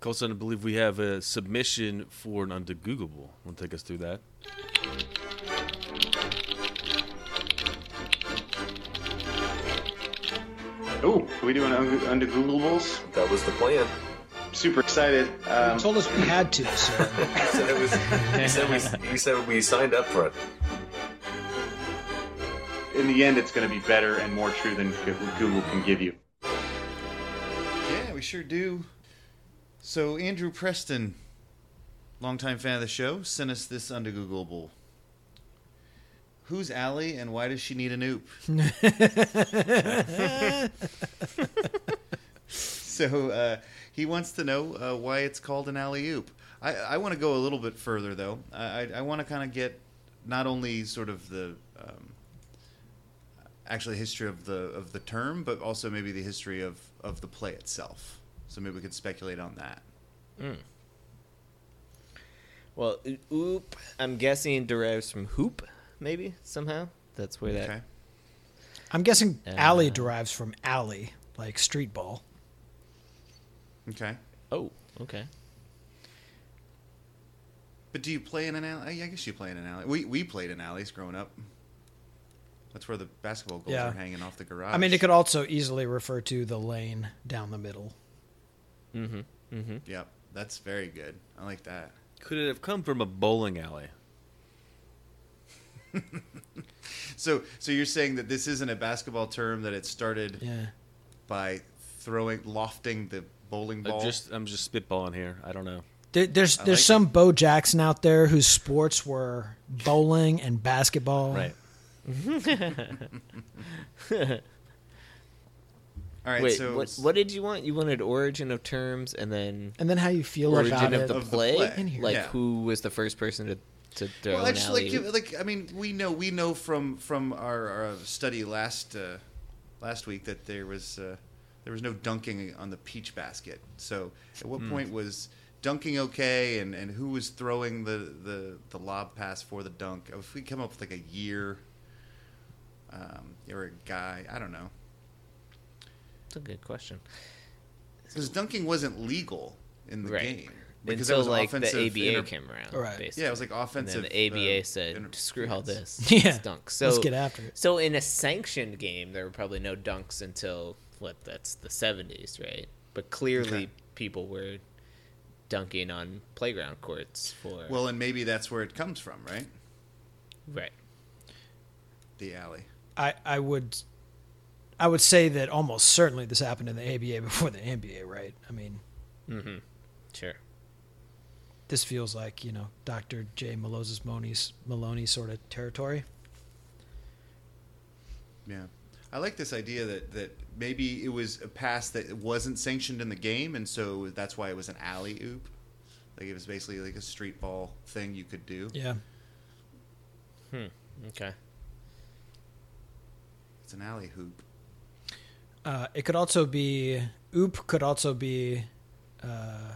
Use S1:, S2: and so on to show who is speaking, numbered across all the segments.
S1: Colson, I believe we have a submission for an undegoogable. Want to take us through that?
S2: Oh, we doing un- under Googleables?
S3: That was the plan.
S2: Super excited. Um,
S4: You told us we had to, so
S3: He said it was. He said we. He said we signed up for it.
S2: in the end, it's going to be better and more true than Go- Google can give you.
S5: Yeah, we sure do. So Andrew Preston, longtime fan of the show, sent us this under Googleable. Who's Allie and why does she need an oop? so uh, he wants to know uh, why it's called an alley oop. I, I want to go a little bit further though. I, I, I want to kind of get not only sort of the um, actually history of the of the term, but also maybe the history of of the play itself. So maybe we could speculate on that.
S6: Well, o- oop. I'm guessing derives from hoop, maybe somehow. That's where that.
S5: Okay.
S4: I'm guessing alley derives from alley, like street ball.
S5: Okay.
S6: Oh, okay.
S5: But do you play in an alley? I guess you play in an alley. We we played in alleys growing up. That's where the basketball goals
S4: Yeah.
S5: are hanging off the garage.
S4: I mean, it could also easily refer to the lane down the middle.
S5: Yep, that's very good. I like that.
S1: Could it have come from a bowling alley?
S5: So so you're saying that this isn't a basketball term that it started
S4: Yeah.
S5: by throwing lofting the bowling
S1: I
S6: Uh,
S5: ball.
S1: just, I'm just spitballing here. I don't know.
S4: There, there's
S5: I
S4: there's
S5: like
S4: some Bo Jackson out there whose sports were bowling and basketball.
S1: Right.
S5: All right.
S6: Wait,
S5: so
S6: what, what did you want? You wanted origin of terms and then
S4: And then how you feel about
S6: origin of
S4: it.
S6: the,
S5: Of the
S6: play?
S5: play,
S4: In here.
S6: Like
S5: yeah.
S6: who was the first person to to throw
S5: Well,
S6: an
S5: actually, like,
S6: alley-oop?
S5: give- like I mean, we know we know from from our, our study last uh, last week that there was uh, there was no dunking on the peach basket. So at what point was dunking okay, and, and who was throwing the, the, the lob pass for the dunk? If we come up with like a year, um, or a guy, I don't know,
S6: That's a good question.
S5: because dunking wasn't legal in the
S6: Right.
S5: game
S6: Because
S5: that
S6: Until like the
S5: offensive
S6: ABA
S5: inter-
S6: came around,
S4: Right.
S6: basically.
S5: Yeah, it was like
S6: And
S5: offensive.
S6: then the ABA
S5: uh,
S6: said,
S5: inter-
S6: "Screw all this,
S4: Yeah.
S6: let's dunk." So
S4: Let's get after it.
S6: So in a sanctioned game, there were probably no dunks until what? That's the seventies, right? But clearly,
S5: Okay.
S6: people were dunking on playground courts for
S5: Well, and maybe that's where it comes from, right?
S6: right.
S5: The alley.
S4: I, I would I would say that almost certainly this happened in the ABA before the NBA, right? I mean,
S6: Sure.
S4: this feels like, you know, Dr. J. Maloses Maloney's Maloney sort of territory.
S5: Yeah. I like this idea that, that maybe it was a pass that wasn't sanctioned in the game, and so that's why it was an alley oop. Like it was basically like a street ball thing you could do.
S4: Yeah.
S6: Okay.
S5: It's an alley hoop.
S4: Uh, it could also be oop could also be uh,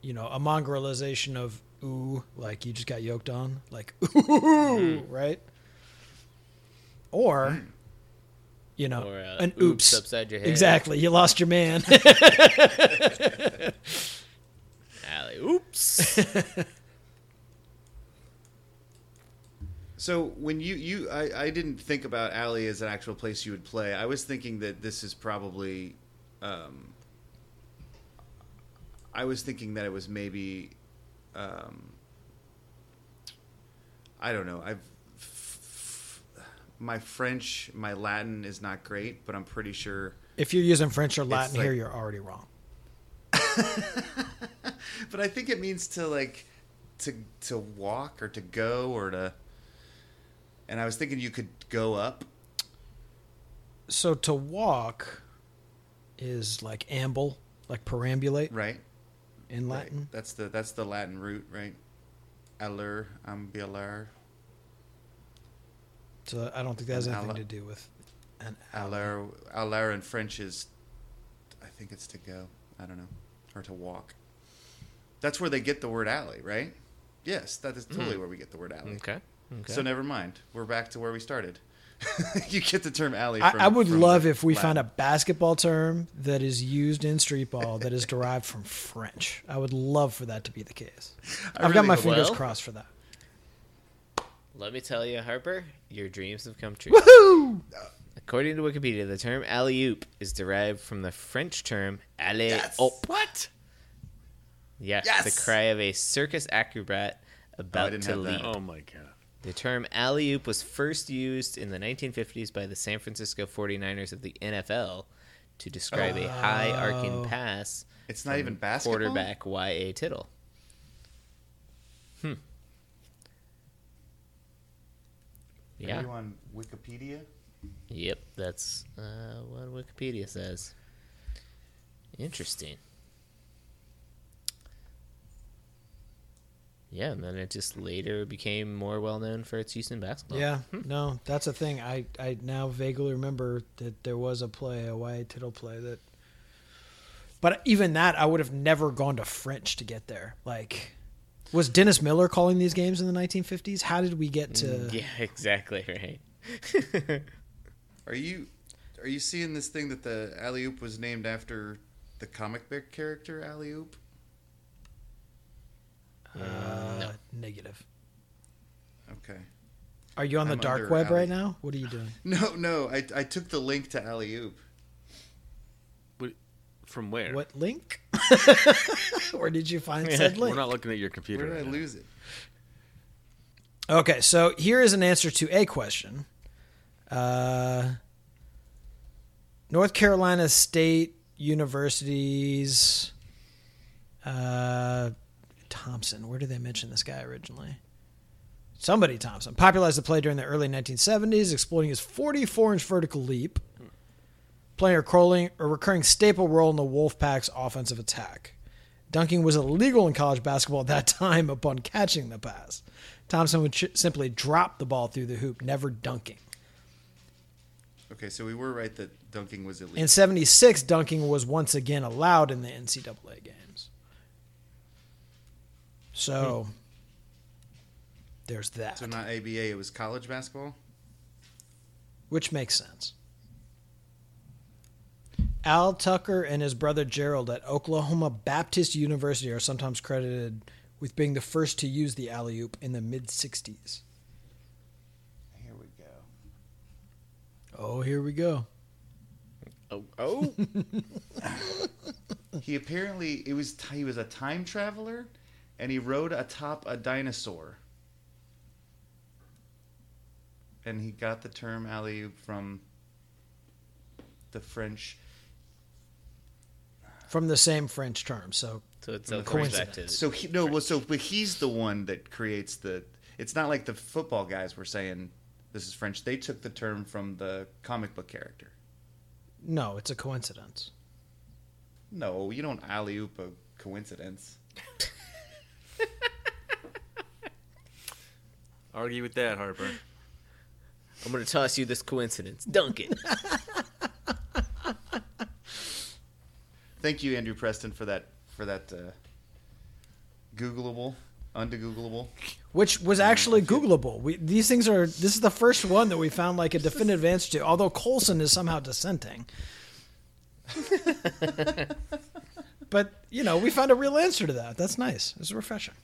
S4: you know, a mongrelization of ooh, like you just got yoked on, like ooh,
S6: Mm-hmm.
S4: right? Or you know,
S6: Or uh,
S4: an
S6: oops. upside your head.
S4: Exactly. You lost your man.
S6: Alley. Oops.
S5: So when you you I, I didn't think about alley as an actual place you would play. I was thinking that this is probably, um, I was thinking that it was maybe, um, I don't know. I've f- f- my French, my Latin is not great, but I'm pretty sure.
S4: if you're using French or Latin
S5: like-
S4: here, you're already wrong.
S5: But I think it means to like to to walk or to go or to. And I was thinking you could go up.
S4: So to walk is like amble, like perambulate
S5: Right.
S4: in
S5: Right.
S4: Latin.
S5: That's the that's the Latin root, right? Aller, ambular,
S4: So I don't think that has
S5: An
S4: anything
S5: alla-
S4: to do with an
S5: aller, aller in French is, I think it's to go. I don't know, or to walk. That's where they get the word alley, right?
S4: Mm.
S5: Yes, that is totally where we get the word alley.
S6: okay. Okay.
S5: So never mind. We're back to where we started. you get the term alley.
S4: I,
S5: From,
S4: I would
S5: from
S4: love
S5: the
S4: if we
S5: Latin.
S4: found a basketball term that is used in streetball that is derived from French. I would love for that to be the case.
S5: I
S4: I've got
S5: really
S4: my
S5: hope-
S4: fingers
S6: Well-
S4: crossed for that.
S6: Let me tell you, Harper, your dreams have come true. According to Wikipedia, the term alley oop is derived from the French term alley oop.
S5: What?
S6: Yes,
S5: Yes! Oh,
S6: the cry of a circus acrobat about
S5: didn't
S6: to
S5: have that.
S6: leap.
S1: Oh my god.
S6: The term alley oop was first used in the 1950s by the San Francisco 49ers of the NFL to describe a high arcing
S5: Oh.
S6: pass
S5: It's not even basketball.
S6: quarterback Y.A. Tittle. Hmm.
S5: Are
S6: Yeah.
S5: you on Wikipedia?
S6: Yep, that's uh, what Wikipedia says. Interesting. Yeah, and then it just later became more well known for its use in
S5: Oh.
S6: basketball.
S4: Yeah, no, that's a thing. I, I now vaguely remember that there was a play, a YA Tittle play that. But even that, I would have never gone to French to get there. Like, was Dennis Miller calling these games in the 1950s? How did we get to?
S5: Mm,
S6: Yeah, exactly right.
S5: Are you are you seeing this thing that the alley oop was named after the comic book character alley oop?
S4: Uh, Negative.
S5: Okay.
S4: Are you on the
S5: I'm
S4: dark
S5: under
S4: web
S5: alley.
S4: right now? What are you doing?
S5: No, no. I, I took the link to alley oop.
S1: What, from where?
S4: What link? Where did you find said
S1: We're
S4: link?
S1: not looking at your computer.
S5: Where did I
S1: right now.
S5: lose it?
S4: Okay, so here is an answer to a question. Uh, North Carolina State University's uh, Thompson. Where did they mention this guy originally? Somebody Thompson popularized the play during the early 1970s, exploiting his 44-inch vertical leap, playing a, crawling, a recurring staple role in the Wolfpack's offensive attack. Dunking was illegal in college basketball at that time upon catching the pass. Thompson would ch- simply drop the ball through the hoop, never dunking.
S5: Okay, so we were right that dunking was illegal.
S4: In 76, dunking was once again allowed in the NCAA games. So there's that,
S5: so not ABA. It was college basketball.
S4: which makes sense. Al Tucker and his brother Gerald at Oklahoma Baptist University are sometimes credited with being the first to use the alley oop in the mid 60s.
S5: Here we go.
S4: Oh, here we go.
S6: Oh, oh.
S5: He apparently it was he was a time traveler, and he rode atop a dinosaur. And he got the term alley oop from the French.
S4: From the same French term. So
S6: so it's all comes back to
S5: So he no, well, so but he's the one that creates the. It's not like the football guys were saying this is French. They took the term from the comic book character.
S4: No, it's a coincidence.
S5: No, you don't alley oop a coincidence.
S1: Argue with that, Harper.
S6: I'm gonna toss you this coincidence. Dunk it.
S5: Thank you, Andrew Preston, for that for that uh, Googleable, undegoogleable.
S4: Which was actually Googleable. We, these things are. This is the first one that we found like a definitive answer to. Although Colson is somehow dissenting. but you know, we found a real answer to that. That's nice. It's refreshing.